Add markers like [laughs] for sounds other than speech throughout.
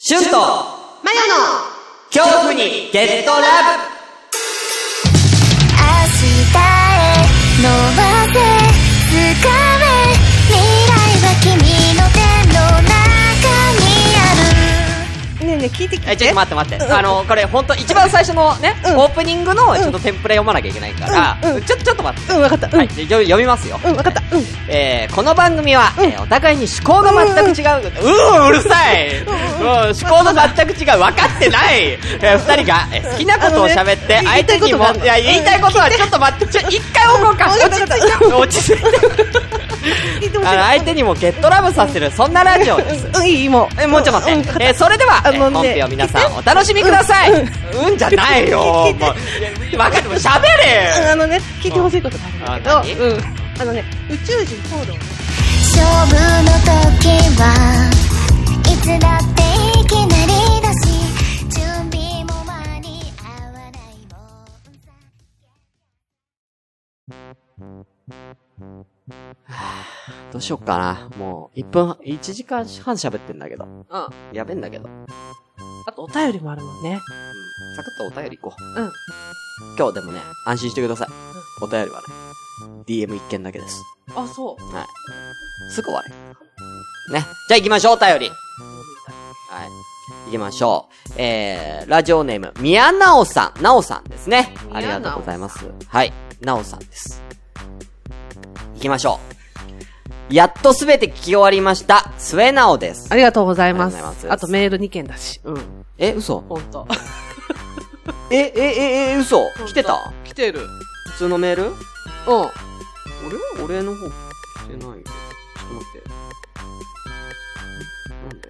シュンとマヨの恐怖にゲットラブ明日へ伸ばせ掴め未来は君の手の中にあるねえねえ聞いて聞いえてちょっと待って待って、あのこれ本当一番最初のね、うんオープニングのちょっとテンプレ読まなきゃいけないから、うんうんちょちょっと待って、うん分かったうん、はい、で読み読みますよ、うん分かったうんえーこの番組は、うんえーお互いに思考が全く違う、うーうるさい、うん、思考の全く違う分かってない、えー、2人が、えー好きなことを喋ってあのね相手にも言いたいことがあるいや言いたいことはちょっと待ってちょ一回置こうか、うん落ち着いて落ち着聞いいててほしいあの相手にもゲットラブさせるそんなラジオですうんいいいいもうえもうちょっと待うんって、えーそれでは、あえーのね本編を皆さんお楽しみください、うんじゃない [laughs] よもう聞いて分かっても喋うんれあのね聞いてほしいことがあるんだけどううんあのね宇宙人コードをね勝負の時はいつだっていきなりだし準備も間に合わないもんさどうしよっかなもう1分1時間半喋ってんだけどあやべんだけど、うんとお便りもあるもんねサクッとお便り行こううん今日でもね安心してくださいお便りはね DM 一件だけですあそすぐ終わるねじゃあ行きましょうお便りはい行きましょう。えー、ラジオネーム、宮直さん。直さんですね。あり宮直さんがとうございます。はい。直さんです。行きましょう。やっとすべて聞き終わりました。末直ですあ。りがとうございまあすりがとうございますあとメール2件だしうんえ、嘘本当え、え、え、え、嘘来てた来てる普通のメールうん俺俺の方来てないよ。ちょっと待って。なんで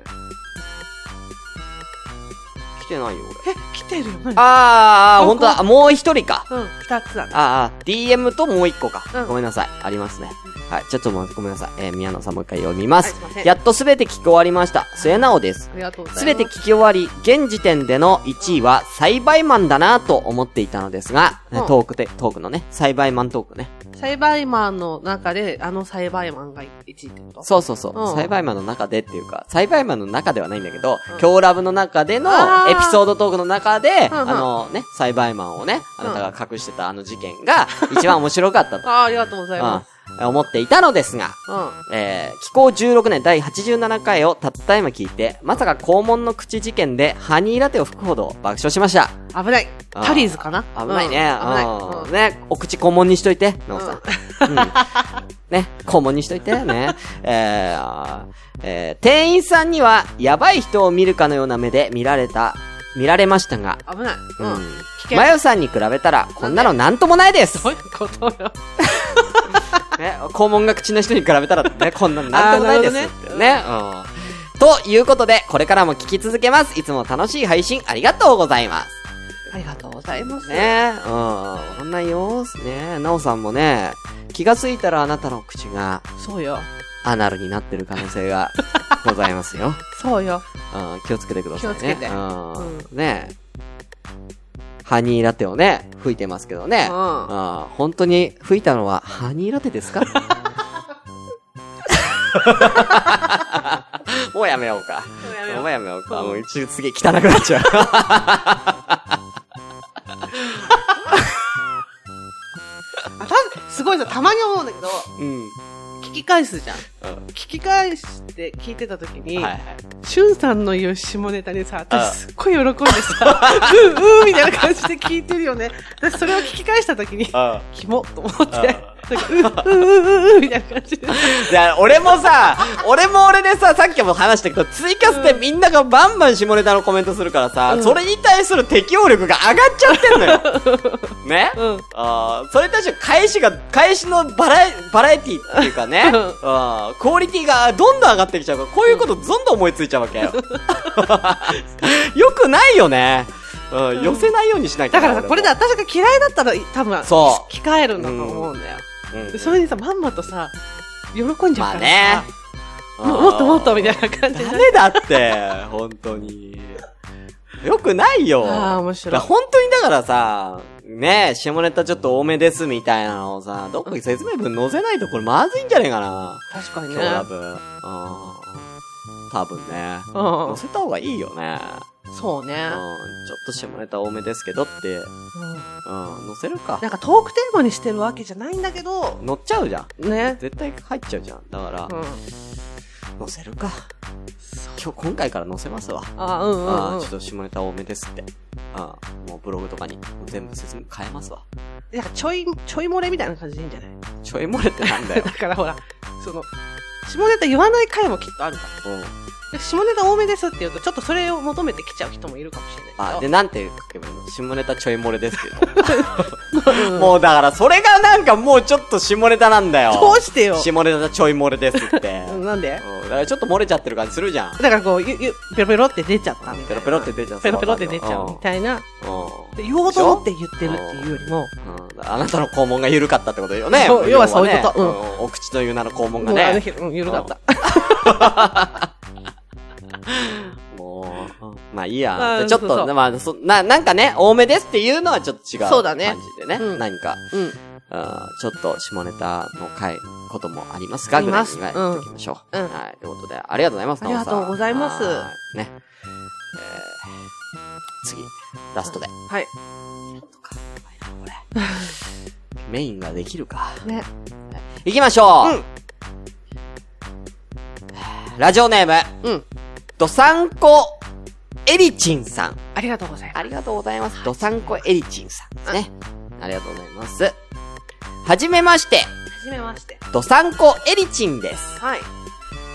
来てないよ、俺。え来てるよあ何ーあー、あほんとだ。あもう一人か。うん2つだねあーあー、DM ともう一個か、うんごめんなさい。ありますね。はい、ちょっともうごめんなさい。えー、宮野さんもう一回読みます。はいすいませんやっとすべて聞き終わりました。末直です。ありがとうございますすべて聞き終わり、現時点での1位は、栽培マンだなと思っていたのですが、うんトークで、トークのね、栽培マントークね。栽培マンの中であの栽培マンが1位ってことそうそうそう。うん栽培マンの中でっていうか、栽培マンの中ではないんだけど、うん今日ラブの中でのあーエピソードトークの中で、うんあうんのね、栽培マンをね、あなたが隠してたあの事件が、一番面白かったと、 [laughs] ああありがとうございますうん思っていたのですが、うんえー、気候16年第87回をたった今聞いて、まさか肛門の口事件でハニーラテを吹くほど爆笑しました。危ない。あータリーズかな危ないね。うん危ない。うんうんね、お口顧問にしといて、なおさん。うん、ね、顧問にしといて、ね。えーあーえー店員さんには、やばい人を見るかのような目で見られた、見られましたが、危ない。ううんん。危。険マヨさんに比べたら、こんなのなんともないですどういうことよ。ね、肛門が口の人に比べた [laughs] らね、こんなのなんともないですあーなっるほてどね。うん。ということで、これからも聞き続けます。いつも楽しい配信ありがとうございます。ありがとうございます。ねえ、うん、わかんないよ。ねなおさんもね、気がついたらあなたの口がそうよ。アナルになってる可能性 [laughs] がございますよ。そうよ。うん、気をつけてくださいね。気をつけてうんうねえ。ハニーラテをね、吹いてますけどね。うんあー本当に吹いたのはハニーラテです [laughs] かもうやめようか。もうやめようか。もう一すげえ汚くなっちゃう。あたすごいさ、たまに思うんだけど、うん。聞き返すじゃん。うん聞き返して聞いてたときに、はいはい。しゅんさんの言う下ネタにさ、あ私すっごい喜んで [laughs] さ、うんうんみたいな感じで聞いてるよね。私それを聞き返したときに、あキモと思って、なんかうんうんうんうんみたいな感じで。じゃあ、俺もさ、俺も俺でさ、さっきも話したけど、ツイキャスってみんながバンバン下ネタのコメントするからさ、うんそれに対する適応力が上がっちゃってんのよ。 [laughs] ね、うんあーそれに対して返しが、返しのバラエバラエティっていうかね、うんあークオリティがどんどん上がってきちゃうから、こういうことどんどん思いついちゃうわけ [laughs] よ。よくないよね。うん、寄せないようにしなきゃだなからさ、これで、私が嫌いだったら、多分、そ聞き換えるんだと思うんだよ。俺もでそれにさ、まんまとさ、喜んじゃうからさ、うんももっともっとみたいな感じダで。メだって、本当に。よくないよ。ああ、面だ白からい。本当にだからさ、ねえ、下ネタちょっと多めですみたいなのをさ、どっかに説明文載せないとこれまずいんじゃねえかな。確かに今ね日。ラブ。あ多分ね。ん乗せた方がいいよね。そうねうん。。ちょっと下ネタ多めですけどって。うん。うん乗せるかな。んかトークテーマにしてるわけじゃないんだけど、乗っちゃうじゃん。ね。絶対入っちゃうじゃん。だからう、ん。乗せるか。今日、今回から乗せますわ。あ、うんうん、あうーんちょっ。と下ネタ多めですって。あーもうブログとかに全部説明変えますわ。なんかちょい、ちょい漏れみたいな感じでいいんじゃないちょい漏れってなん [laughs] だよだ。からほら、その、下ネタ言わない回もきっとあるかうん。ら。で下ネタ多めですって言うと、ちょっとそれを求めてきちゃう人もいるかもしれないあ、けで、ど。なんて書けばいいの下ネタちょい漏れですけうど。[laughs] んもうだから、それがなんかもうちょっと下ネタなんだよ。どうしてよ。下ネタちょい漏れですって。 [laughs] ううんんなんでだからちょっと漏れちゃってる感じするじゃん。だからこう、ゆ、ゆ、ペロペロって出ちゃったみたいペロな。ペロって出ちゃうペロペロって出ちゃうみたいな。うで言おうと思って言ってるっていうよりも、ん。うん。あなたの肛門が緩かったってことよね。そうね要はそういうことうんん。お口という名の肛門がもうあのね。日、うん、緩かった。もう、まあいいや。まあじゃあちょっそうそうと、まあ、そ、な、なんかね、多めですっていうのはちょっと違う。そうだね感じでね。うん何か、うん。あーちょっと下ネタの回、こともありますが、ありぐらまいすには言っておきましょう。うんうんはい。ということで、ありがとうございます、ありがとうございますナオさんはいね。えー、次、ラストで。はい。メインができるか。ね。行きましょう、うんラジオネーム、うん。ドサンコエリチンさん。ありがとうございまありがとうございます。ドサンコエリチンさんですね。ありがとうございます。はじめまして、す。はじめまして。ドサンコエリチンです。はい。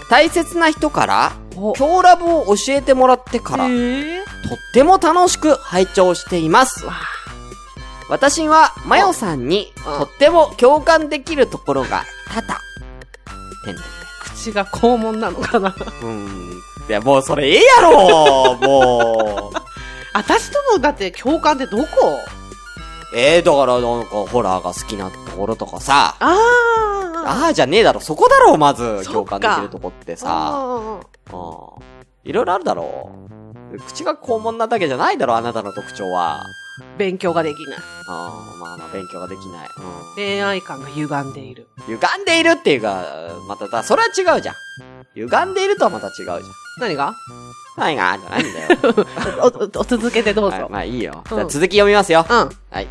大切な人から、お今日ラブを教えてもらってから、とっええても楽しく拝聴しています。私は、マヨさんに、うんとっても共感できるところが多々、てんてん口が肛門なのかなてんうん。いや、もうそれええやろもう。 [laughs] 私ともだって共感ってどこええだから、なんか、ホラーが好きなところとかさ、ああああじゃねえだろ、そこだろ、まず、そっ共感かできるとこってさ。あうん。いろいろあるだろう。口が肛門なだけじゃないだろ、あなたの特徴は。勉強ができないうん、まあまあ、勉強ができない。うん。恋愛感が歪んでいる歪んでいるっていうか、また、だそれは違うじゃん。歪んでいるとはまた違うじゃん。何が何がじゃないん [laughs] だよ。おおお続けてどうぞ、はい、まあいいよ。じゃあうん続き読みますよ。うんはい。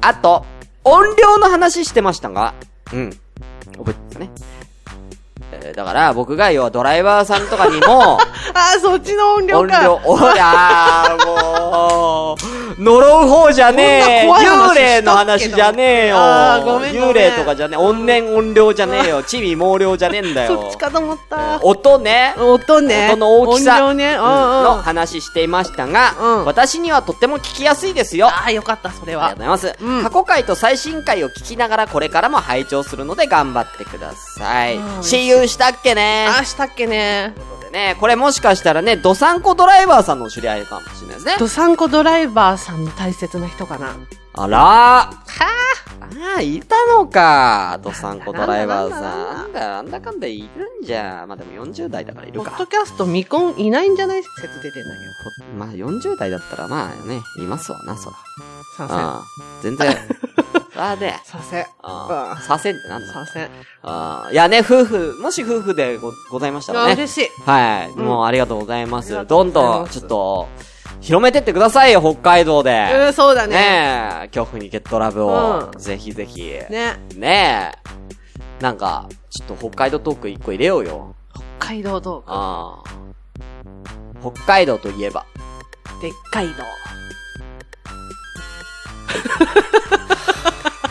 あと、音量の話してましたが、うん。覚えてますね。えーだから、僕が要はドライバーさんとかにも、ああそっちの音量音か量、おやー、もう、呪う方じゃねえ。こんな怖い話幽霊の話じゃねえよ。あーごめん幽ごめん霊とかじゃねえ。怨念音量じゃねえよ。地味毛量じゃねえんだよ。そっちかと思った音ね。音ね音の大きさ音量ねうんうんのあ話していましたが、うん私にはとっても聞きやすいですよ。あよかったそありれはがとうございます、うん過去回と最新回を聞きながらこれからも拝聴するので頑張ってください。うん See you したっけねああしたっけねということでね、これもしかしたらね、ドサンコドライバーさんの知り合いかもしれないですね。ドサンコドライバーさんの大切な人かなあらはあああ、いたのか。ドサンコドライバーさん。ななんだ、なんだかんだいるんじゃ。まあでも40代だからいるポかッ。ドキャスト未婚いないんじゃない説出てないよまあ40代だったらまあね、いますわな、そら。参戦ああ全 [laughs] 然。あで、参戦ああ、させんってなんだ参戦あーいやね、夫婦、もし夫婦でごございましたあらね。嬉しいはい、んもうありがとうございまあす。りがとどうんございまどん、すちょっと、広めてってくださいよ、北海道うで。んそうだねねえ、恐怖にゲットラブを、うんぜひぜひ。ねねえ、なんか、ちょっと北海道トーク一個入れようよ。北海道道ああ北海道といえば。でっかい道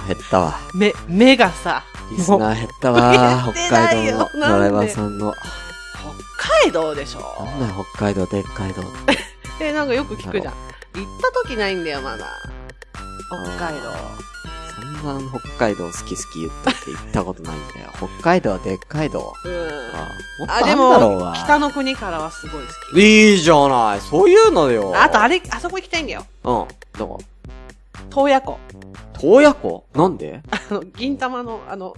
減ったわ。目目がさリスもうナー減ったわ。減って北ない海道よのドライバーなんでさんの。北海道でしょなんだよ、北海道、でっかい道。えなんかよく聞くじゃん行った時ないんだよまだ北海道散々北海道好き好き言ったって言ったことないん [laughs] だよ。北海道はでっかい道。うんあもっとああでるんだろうも北が。の国からはすごい好きいいじゃない。そういうのよ。あとあれれあそこ行きたいんだようん。どこ洞爺湖洞爺湖なんであの銀玉のあの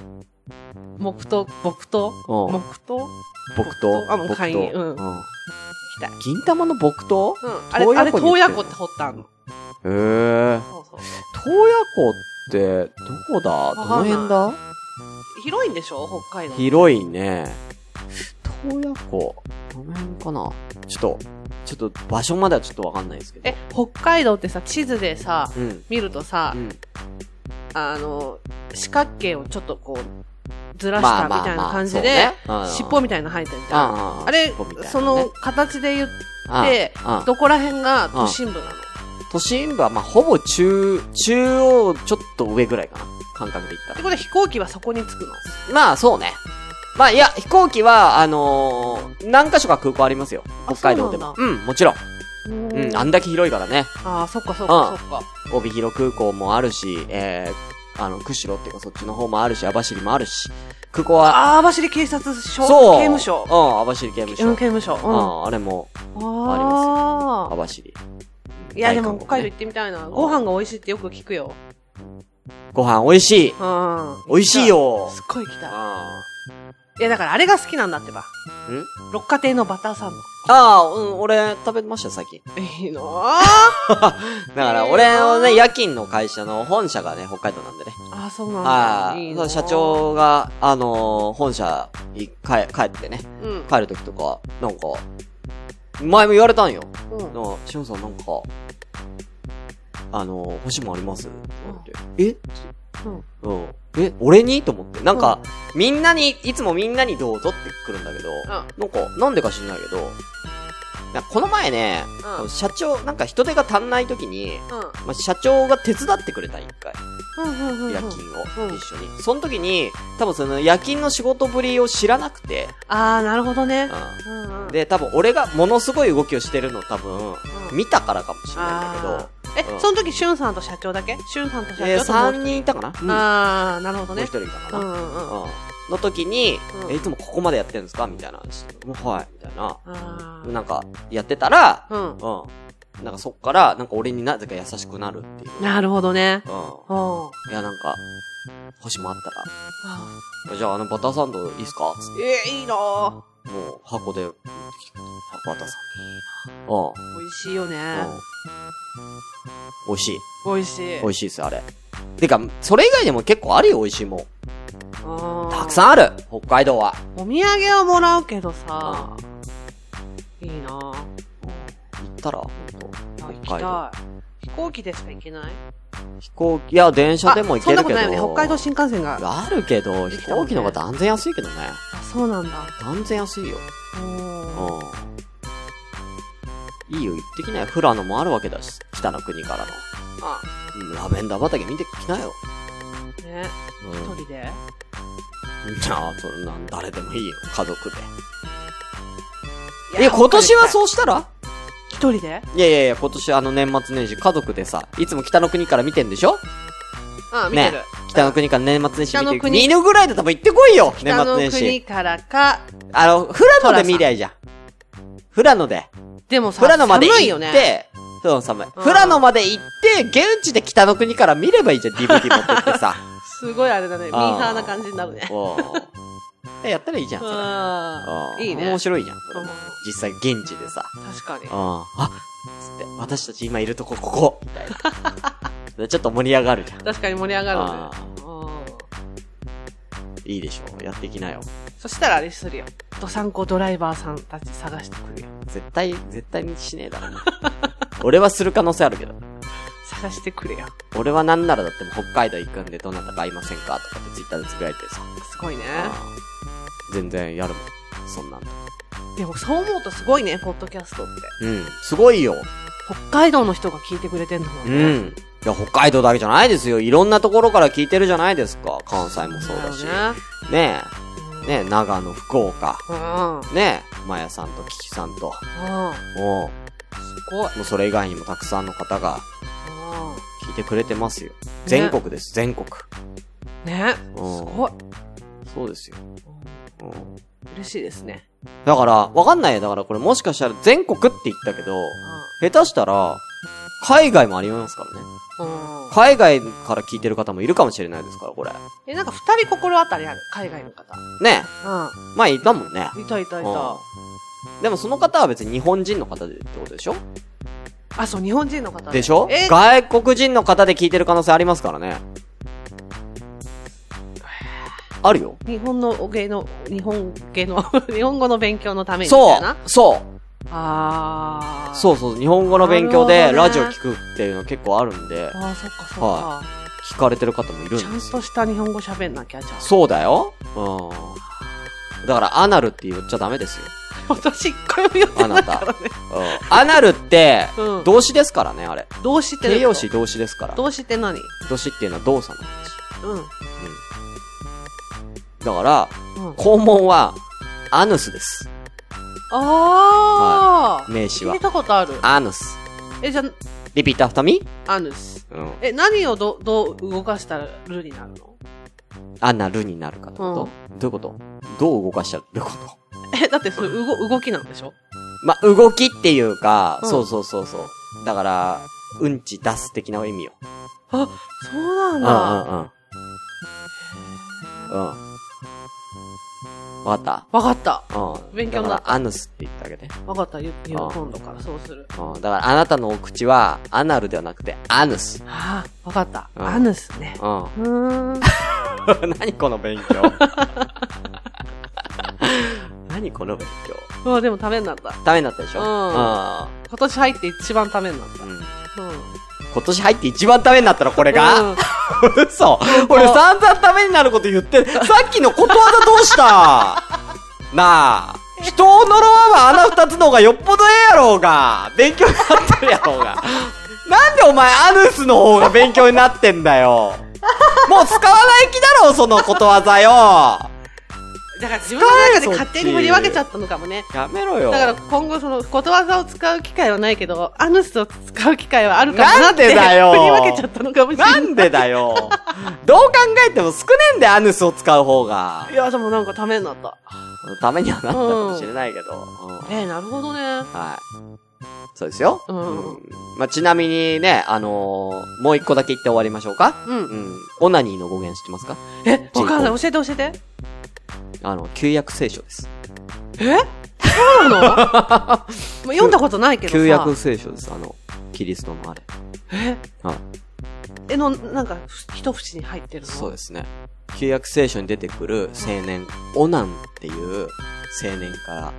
木刀木刀うん木刀行木刀。あの木刀会員うんきたい銀玉の木刀うんあれあれ洞洞爺爺湖湖って掘ったのへえ。そうそう洞爺湖って、どこだどわかんなのい辺だ広いんでしょ北海道広いね。洞爺湖。この辺かなちょっと、ちょっと場所まではちょっとわかんないですけど。え、北海道ってさ、地図でさ、うん。見るとさ、うん。あの、四角形をちょっとこう、ずらしまたあみまあたいまなあ感じそうでね、うん尻尾みたいなの生えてるじゃん。ああれ、尻尾みたいなねその形で言っああてああ、どこら辺が都心部なの都心部は、まあ、ほぼ中、中央ちょっと上ぐらいかな。感覚で言ったっらて。ことは飛行機はそこに着くのまあ、そうね。まあ、いや、飛行機は、あのー何箇所か空港ありますよ。あ北海道でも。そうんもちろん。ううん、あんだけ広いからね。ああ、そっかそっかそっか。帯広空港もあるし、えー、あの、釧路っていうかそっちの方もあるし、網走もあるし、空港は、ああ、網走警察署そう。刑務所うん、網走刑務所。うん刑務所。う、うんあれも、ありあ網走。あ。いや、でも北海道大韓国ね行ってみたいな。ご飯が美味しいってよく聞くよ。ご飯美味しい。うん。美味しいよすっごい行きたい。あいや、だからあれが好きなんだってば。ーん六花亭のバターサンド。あー、うん、俺、食べてましたよ、最近。いいなぁ。だから、俺のね、夜勤の会社の本社がね、北海道なんでね。あ、そうなんだ。はいいい。なぁ社。長が、あのー本社に帰帰ってね、うん。帰る時とか、なんか、前も言われたんよ。うんなあ、しおんさんなんか、あのー、欲しいもんありますって言って。うんえうん。え、俺にと思って。なんか、みんなに、いつもみんなにどうぞって来るんだけど、なんか、なんでか知んないけど、なんかこの前ね、うん社長、なんか人手が足んない時に、まあ、社長が手伝ってくれたん一回。うん。うん。うん。うん。夜うん。勤うをん一緒に。その時に、多分その夜勤の仕事ぶりを知らなくて、あー、なるほどね。う。うんうんん。、で、多分俺がものすごい動きをしてるのを多分、うん見たからかもしれないんだけどあ、ー。え、うんその時、しゅんさんと社長だけしゅんさんと社えー、長ともう一3人いたかな、人。あー、なるほどもう1ね。人いたかうんうな、んうん。あうんの時に、うんえいつもここまでやってるんですかみたいな話。もうはい。みたいな。ー。なんか、やってたら、うん。うん。なんかそっから、なんか俺になぜか優しくなるっていう。なるほどね。ううん。ん。いや、なんか、星もあったら、じゃああのバターサンドいいっすかつっえー、いいなぁ。て、もう箱で、箱バターサンド。美味しいようん。ねう。ん。美味しい。美味しい。美味しいっす、あれ。てか、それ以外でも結構あるよ、美味しいもん。たたくさんある北海道は。ん。お土産はもらうけどさ、いいなぁ。行ったら、ほんとあ北海道。行きたい。飛行機でしか行けない飛行機、いや、電車でも行けるけど。あそんなことないよね。北海道新幹線が。あるけど、でき飛たもん行ね機の方が断然安いけどね。あ、そうなんだ。断然安いよ。おーうん。いいよ、行ってきなよ。富良野もあるわけだし、北の国からの。あ、うん、ラベンダー畑見てきなよ。ね。う一ん。人 [laughs] でじゃあ、そんなん、誰でもいいよ、家族で。いえ、今年はう。そうしたら一人でいやいやいや、今年あの年末年始家族でさ、いつも北の国から見てんでしょうん、見ねてる。北の国から年末年始北の見てる。国犬ぐらいで多分行ってこいよ年北末の年国始。からか。あの、富良野で見りゃいいじゃん。富良野で。でもさ、富良野まで行っ寒て、いよね。そう、寒い。うん富良野まで行って、現地で北の国から見ればいいじゃん、DVD 持ってってさ。 [laughs] すごいあれだね。ミーハーな感じになるね。おーえやったらいいじゃん、それ。ううんん。いいね面。白いじゃん、それもうん実際現地でさ。確かにうん。。あつって、私たち今いるとこ、ここみたいな。 [laughs] ちょっと盛り上がるじゃん。確かに盛り上がるあね。うんいいでしょ。やっていきなよ。そしたらあれするよ。ドサンコドライバーさんたち探してくるよ。絶対、絶対にしねえだろ。俺はする可能性あるけど。探してくれよ。俺はなんならだってもう北海道行くんでどなたか会いませんかとかってツイッターでつぶやいてさ。すごいね。全然やるもん。そんなんとか。でもそう思うとすごいね、ポッドキャストって。うん。すごいよ。北海道の人が聞いてくれてんだもんうね。ん。いや、北海道だけじゃないですよ。いろんなところから聞いてるじゃないですか。関西もそうだし。だよね。ねえ。ねえ、長野、福岡。うん。うん。ねえ、まやさんとキキさんと。すもごい。う、もうそれ以外にもたくさんの方が聞いてくれてますよ。全国です、全国。うん。ね。すうんごい。そうですよ。ううん。ん嬉しいですね。だから、わかんないよ。だからこれもしかしたら全国って言ったけど、下手したら、海外もありますからね。うん。うん。海外から聞いてる方もいるかもしれないですから、これ。え、なんか二人心当たりある。海外の方。ねうまあ、いたもんね。ん。いたいたいた。うんでもその方は別に日本人の方でってことでしょあ、そう、日本人の方ねでしょえ、外国人の方で聞いてる可能性ありますからね。あるよ。日本の芸の、日本芸の、 [laughs] 日本語の勉強のためにみそたいな。うそうああ。う。そうそう日本語の勉強なでるほラどねジオ聞くっていうの結構あるんで、ああ、そっかそっか。は聞かれてる方もいるんちゃんですとよ。した日本語喋んなきゃ、じゃそうだよ。うん。だから、アナルって言っちゃダメですよ。あ。私、一回も言ってないからね。うん。アナルってう、ん動詞ですからね、あれ。動詞って形容詞動詞ですから。動詞って何動詞っていうのは動作の話。うん。だから、うん、肛門は、アヌスです。ああ、名詞は聞い。たことある。アヌス。え、じゃリピートアフタミあ、アヌス。うん。え、何をど、どう動かしたらルになるのアナルになるかってこと、どういうことどう動かしちゃうことえ、だってそれ動、動きなんでしょま、動きっていうか、うんそうそうそうそう。だから、うんち出す的な意味よ。あ、そうんんううなんだ。うん。うん。わかっわかった。たうん。勉強にだかなったら、アヌスって言ってあげて。わかった。言う、言あうあ今度からそうする。うん。だから、あなたのお口は、アナルではなくて、アヌス。ああ、わかった。うんアヌスね。うん。 [laughs] うーん。 [laughs] 何この勉強 [laughs] 何この勉強うわ、でもためになった。ダメになったでしょうんう今年入って一番ためになっんうんた。うん。今年入って一番ダメになったのこれが、うん嘘俺散々ダメになること言ってる。さっきのことわざどうしたなあ。人を呪わば穴二つの方がよっぽどええやろうが。勉強になってるやろうが。なんでお前アヌスの方が勉強になってんだよ。もう使わない気だろ、そのことわざよ。だから自分の中でそっち勝手に振り分けちゃったのかもね。やめろよ。だから今後そのことわざを使う機会はないけど、アヌスを使う機会はあるかもなっなてんでだよ振り分けちゃったのかもしれなない。んでだよ。どう考えても少ねえんだよ、アヌスを使う方がい。や、でもなんかためになった。ためにはなったかもしれないけど。うんえー、なるほどね。はい。そうですよ。うんまあ、ちなみにね、あのーもう一個だけ言って終わりましょうか。う。うんん。オナニーの語源知ってますかえ、わかんな人い。教えて教えて。あの、旧約聖書です。えそうなのまあ読んだことないけどさ。旧約聖書です。あの、キリストのあれ。えはい。えの、なんか、ふ一節に入ってるのそうですね。旧約聖書に出てくる青年、オナンっていう青年から、はい。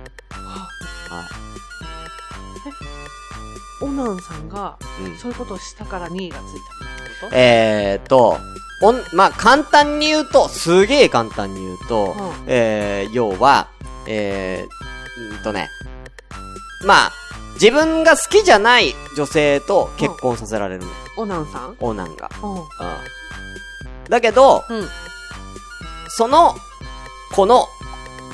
オナンさんが、うん。そういうことをしたから2位がついたみたいなえーっと、おん、まあ、簡単に言うと、すげえ簡単に言うと、うんえー、要は、えー、うんとね、まあ、自分が好きじゃない女性と結婚させられるの、ことオナンさんオナンが。うん。うん。だけど、うんその子の、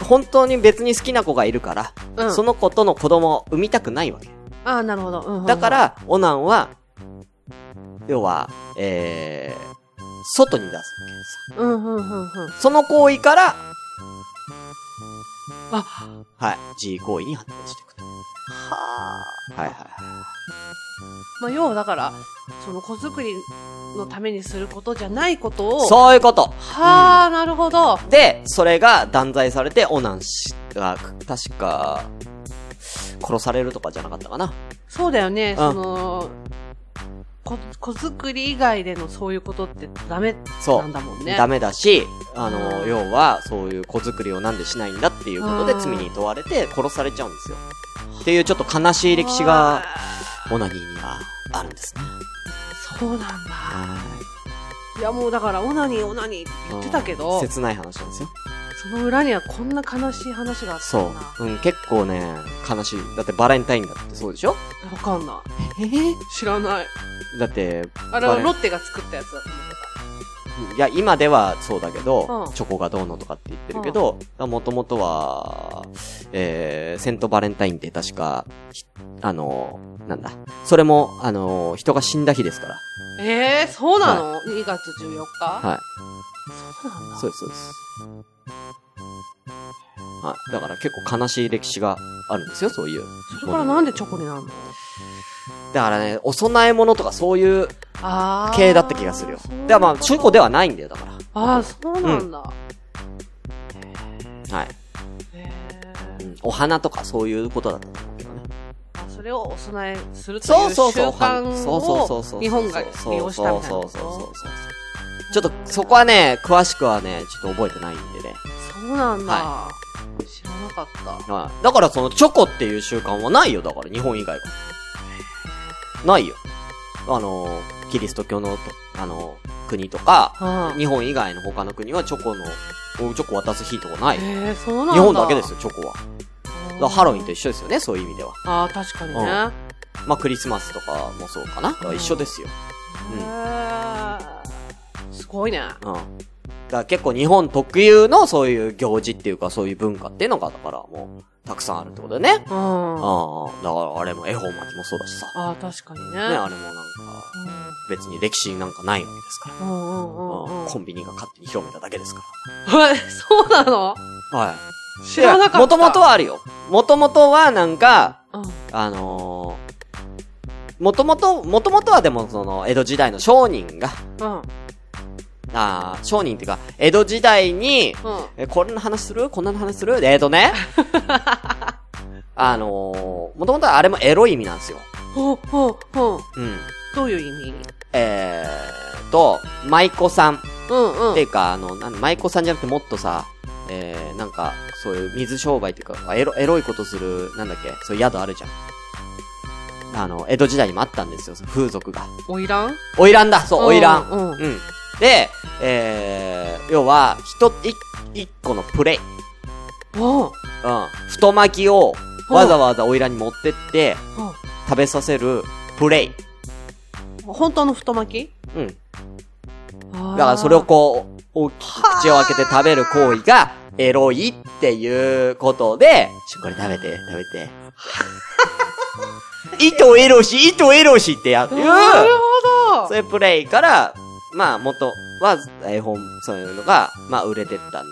本当に別に好きな子がいるから、うん。その子との子供を産みたくないわけ。ああ、なるほど。うんうんうんだか、ら、オナンは、要は、えー、外に出すわけです。うんうんうんうん。その行為から、あ、はい、G 行為に発展していくと。はあ。はいはいはまあ、要はだから、その子作りのためにすることじゃないことい。を。う。そういうこと。はあ、なるほど。で、それが断罪されて、オナン氏が、確か、殺されるとかじゃなかったかな。そうだよね、んその、こ、子作り以外でのそういうことってダメそうなんだもんね。ダメだし、あの、うん要は、そういう子作りをなんでしないんだっていうことでうん罪に問われて殺されちゃうんですよ。っていうちょっと悲しい歴史が、オナニーにはあるんですね。そうなんだ。はいやもうだから、オナニーオナニーってい。言ってたけうどん、切ない話なんですよ。その裏にはこんな悲しい話があったそんだ。う。うん、結構ね、悲しい。だってバレンタインだってそうでしょわかんなええい。知らない。だって、あれバはレンロッテが作ったやつだと思っていや、今ではそうだけど、うんチョコがどうのとかって言ってるけど、もともとは、えー、セントバレンタインって確か、ひあのー、なんだ。それも、あのー、人が死んだ日ですから。た。ええー、そうなの、?2 月14日、はい。そうなんだ。そうです、そうです。はい。だから結構悲しい歴史があるんですよ、そういう。それからなんでチョコになるのだからね、お供え物とかそういうああ。系だった気がするよ。ではまあ、チョコではないんだよ、だから。ああ、そうなんだ。はい。へうえ。んお花とかそういうことだったと思うけどね。あそれをお供えするといそうう習そうそう。慣そうそうそうそうを日本が利用したみたいなそうそうそうそうこと。そうそう。ちょっとそこはね、詳しくはね、ちょっと覚えてないんでね。そうなんだ。知らなかった。はい。だからそのチョコっていう習慣はないよ、だから日本以外は。ないよ。あの、キリスト教のと、あの、国とか、は日本以外の他の国はチョコの、おチョコ渡す日とかない。日えー、そうなんだ。本だけですよ、チョコは。あだかー。らハロウィンと一緒ですよね、そういう意味では。ああ、確かにね。うんへまあ、クリスマスとかもそうかな。だから一緒ですよ。うんーすごいね。うん。だから結構日本特有のそういう行事っていうかそういう文化っていうのが、だからもう、たくさんあるってことだよね。うん。あああ、だからあれも恵方巻きもそうだしさ。ね、あー、確かにね。あれもなんか、別に歴史なんかないわけですから。うんうんうんうんうん。コンビニが勝手に広めただけですか [laughs] え、そうなのら。はい。知らなかった。もともとはあるよ。もともとはなんか、うん。あのー、もともと、もともとはでもその、江戸時代の商人が、うん。ああ、商人っていうか、江戸時代に、うん。え、こんな話するこんな話するえーと [laughs] ね。あのー、もともとはあれもエロい意味なんですよ。ほうほうほう。うん。どういう意味えーと、舞妓さん。うんうん。っていうか、あの、なん舞妓さんじゃなくてもっとさ、えー、なんか、そういう水商売っていうか、エロ、エロいことする、なんだっけ、そういう宿あるじゃん。あの、江戸時代にもあったんですよ、その風俗が。おいらん花魁だそう、花魁。うんうん。うん。で、えー、要は、一つ、一一個のプレイ。おううん。太巻きを、わざわざ花魁に持ってって、うん食べさせる、プレイ。本当の太巻きうん。だかだからそれをこう、大きく口を開けて食べる行為が、エロいっていうことで、ちょ、これ食べて、食べて。 [laughs] 糸エロし、糸エロしってやる。なるほそどういうプレイから、まあ元は、絵本、そういうのが、まあ売れてったんだよね。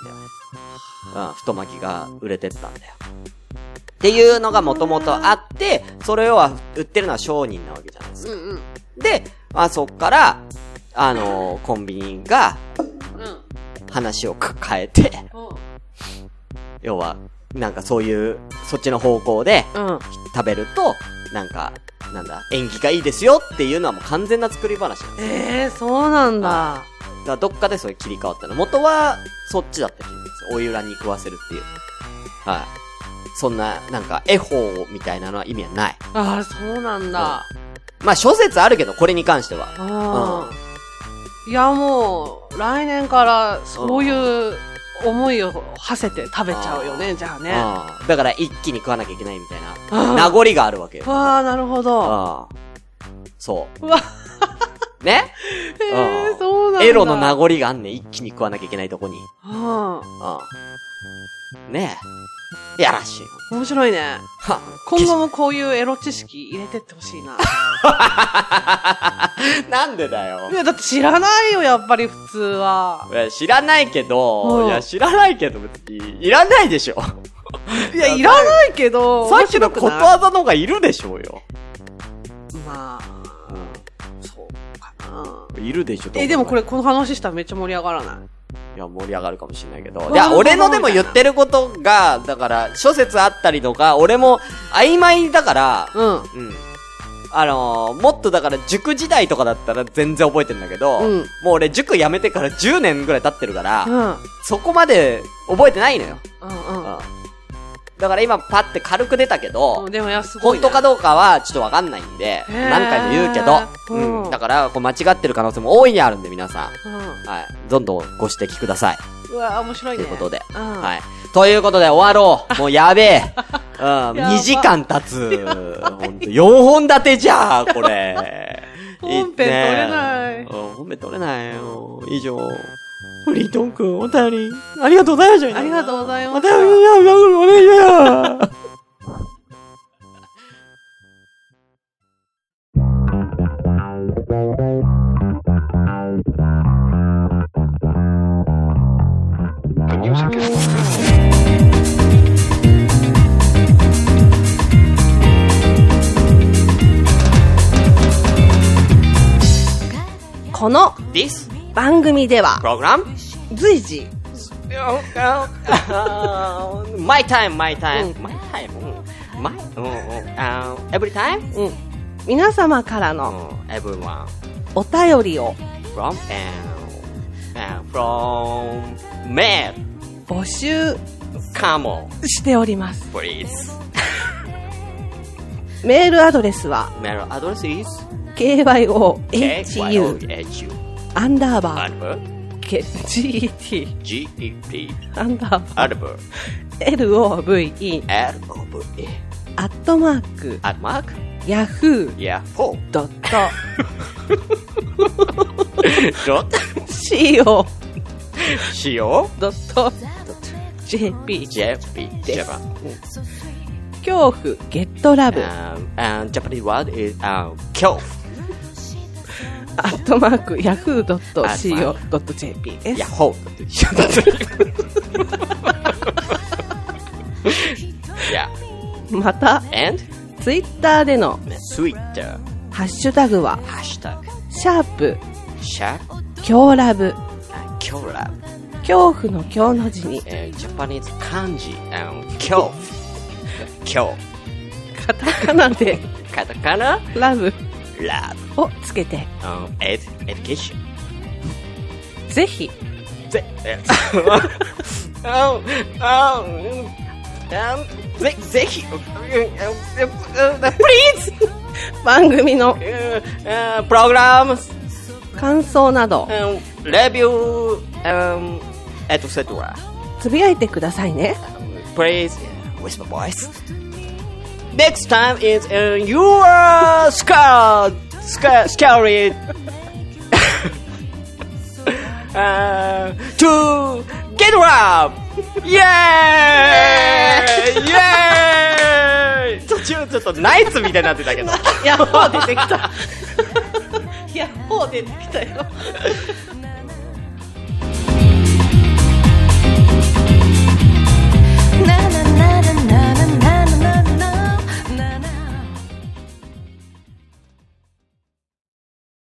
うん、太巻きが売れてったんだよ。っていうのが元々あって、それをは売ってるのは商人なわけじゃないですか。うんうん。で、まあそっから、あのーコンビニが、うん。話を変えて、要は、なんかそういう、そっちの方向でうん。食べると、なんか、なんだ、縁起がいいですよっていうのはもう完全な作り話なんです。ええー、そうなんだ。だからどっかでそれ切り替わったの。元は、そっちだった気がするんですよ。お湯らに食わせるっていう。はい。そんな、なんか、絵法みたいなのは意味はない。ああ、そうなんだ。まあ、諸説あるけど、これに関しては。うん。いや、もう、来年から、そういう思いを馳せて食べちゃうよね、じゃあね。あうんだから、一気に食わなきゃいけないみたいあな、ー名残があるわけよ。あ、なるほど。うんそうわ、う。 [laughs] ねええうー、んそうなんだ。エロの名残があんねん一気に食わなきゃいけないとこに。うん。うん。ねえ。やらしい。面白いね。は今後もこういうエロ知識入れてってほしいな。 [laughs] なんでだよ [laughs] い。や、だって知らないよ、やっぱり普通は。いや知らないけうど、んいや、知らないけど、別に、いらないでしょ。いや、いらないけど、さっきのこと面白くなわざの方がいるでしょうよ。いまあ、そうかな。いるでしょ、え、でもこれ、いこの話したらめっちゃ盛り上がらない。や、盛り上がるかもしれないけど。んいや、俺のでも言ってることが、だから、諸説あったりとか、俺も曖昧だから、うん。うん。あのー、もっとだから塾時代とかだったら全然覚えてんだけど、うんもう俺塾辞めてから10年ぐらい経ってるから、うん。うんそこまで覚えてないのよ。うん。うんだから今パって軽く出たけど、うん。でも、いや、すごい、本ね。当かどうかはちょっとわかんないんで、へー何回も言うけど、ううんん。だからこう間違ってる可能性も大いにあるんで皆さうんん。はい。どんどんご指摘ください。うわ、面白いといね。うことで。うん。はい。ということで終わ [laughs] ろう。もうやべえ。うん。ば2時間経つ。ほんと、4本立てじゃあ、これ。 [laughs] 本編取れないねうん本編取れないよ。以上。フリートン君、お便り、ありがとうございました。ありがとうございまおす。便り、お願いします。この This 番組では、 program? 随時、Oh, my time, my time, my time, うん my, うんうんあー every time? うん。皆様からのうん everyone お便りを from, and uh, from Mail 募集 Come on, しております。 please. メールアドレスは、 Mail address is kyohu KYOHU アンダーバー Albert get E GEP アンダーバ Albert ーア love ルオブエアットマークアッマーク yahoo いや [laughs] フォードットドット co 使用ドット jp JP です Japan 恐怖ゲットラブ Um, and Japanese word is um, 恐怖アットマーク yahoo ドットあ co ドット jp でいやす。 [laughs] フォーと一緒だったいやまた and uh, ツイッターでの Twitter ハッシュタグはハッシュタグシャープシャー恐ラブ恐怖ラブ恐怖の恐の字にえージャパニーズ漢字あの恐怖恐カタカナで怖カタカナラブラブをつけてあの Um, ed education ぜひ [laughs] ぜ、え、あん、あん、うん、ぜ、ぜ [laughs] ひ、うん、うん、プ [laughs] 番組のリーズプログラム、感想などうんレビュー、うん、エトセトラ。つぶやいてくださいね Please, whisper voice. Next time is uh, your scar, scar, scary. [laughs] uh, to get up. [laughs] Yay! Yay! [laughs] 途中ちょっとナイツ [laughs] みたいになってたけど。ヤッホー出てきたヤッホー出てきたよ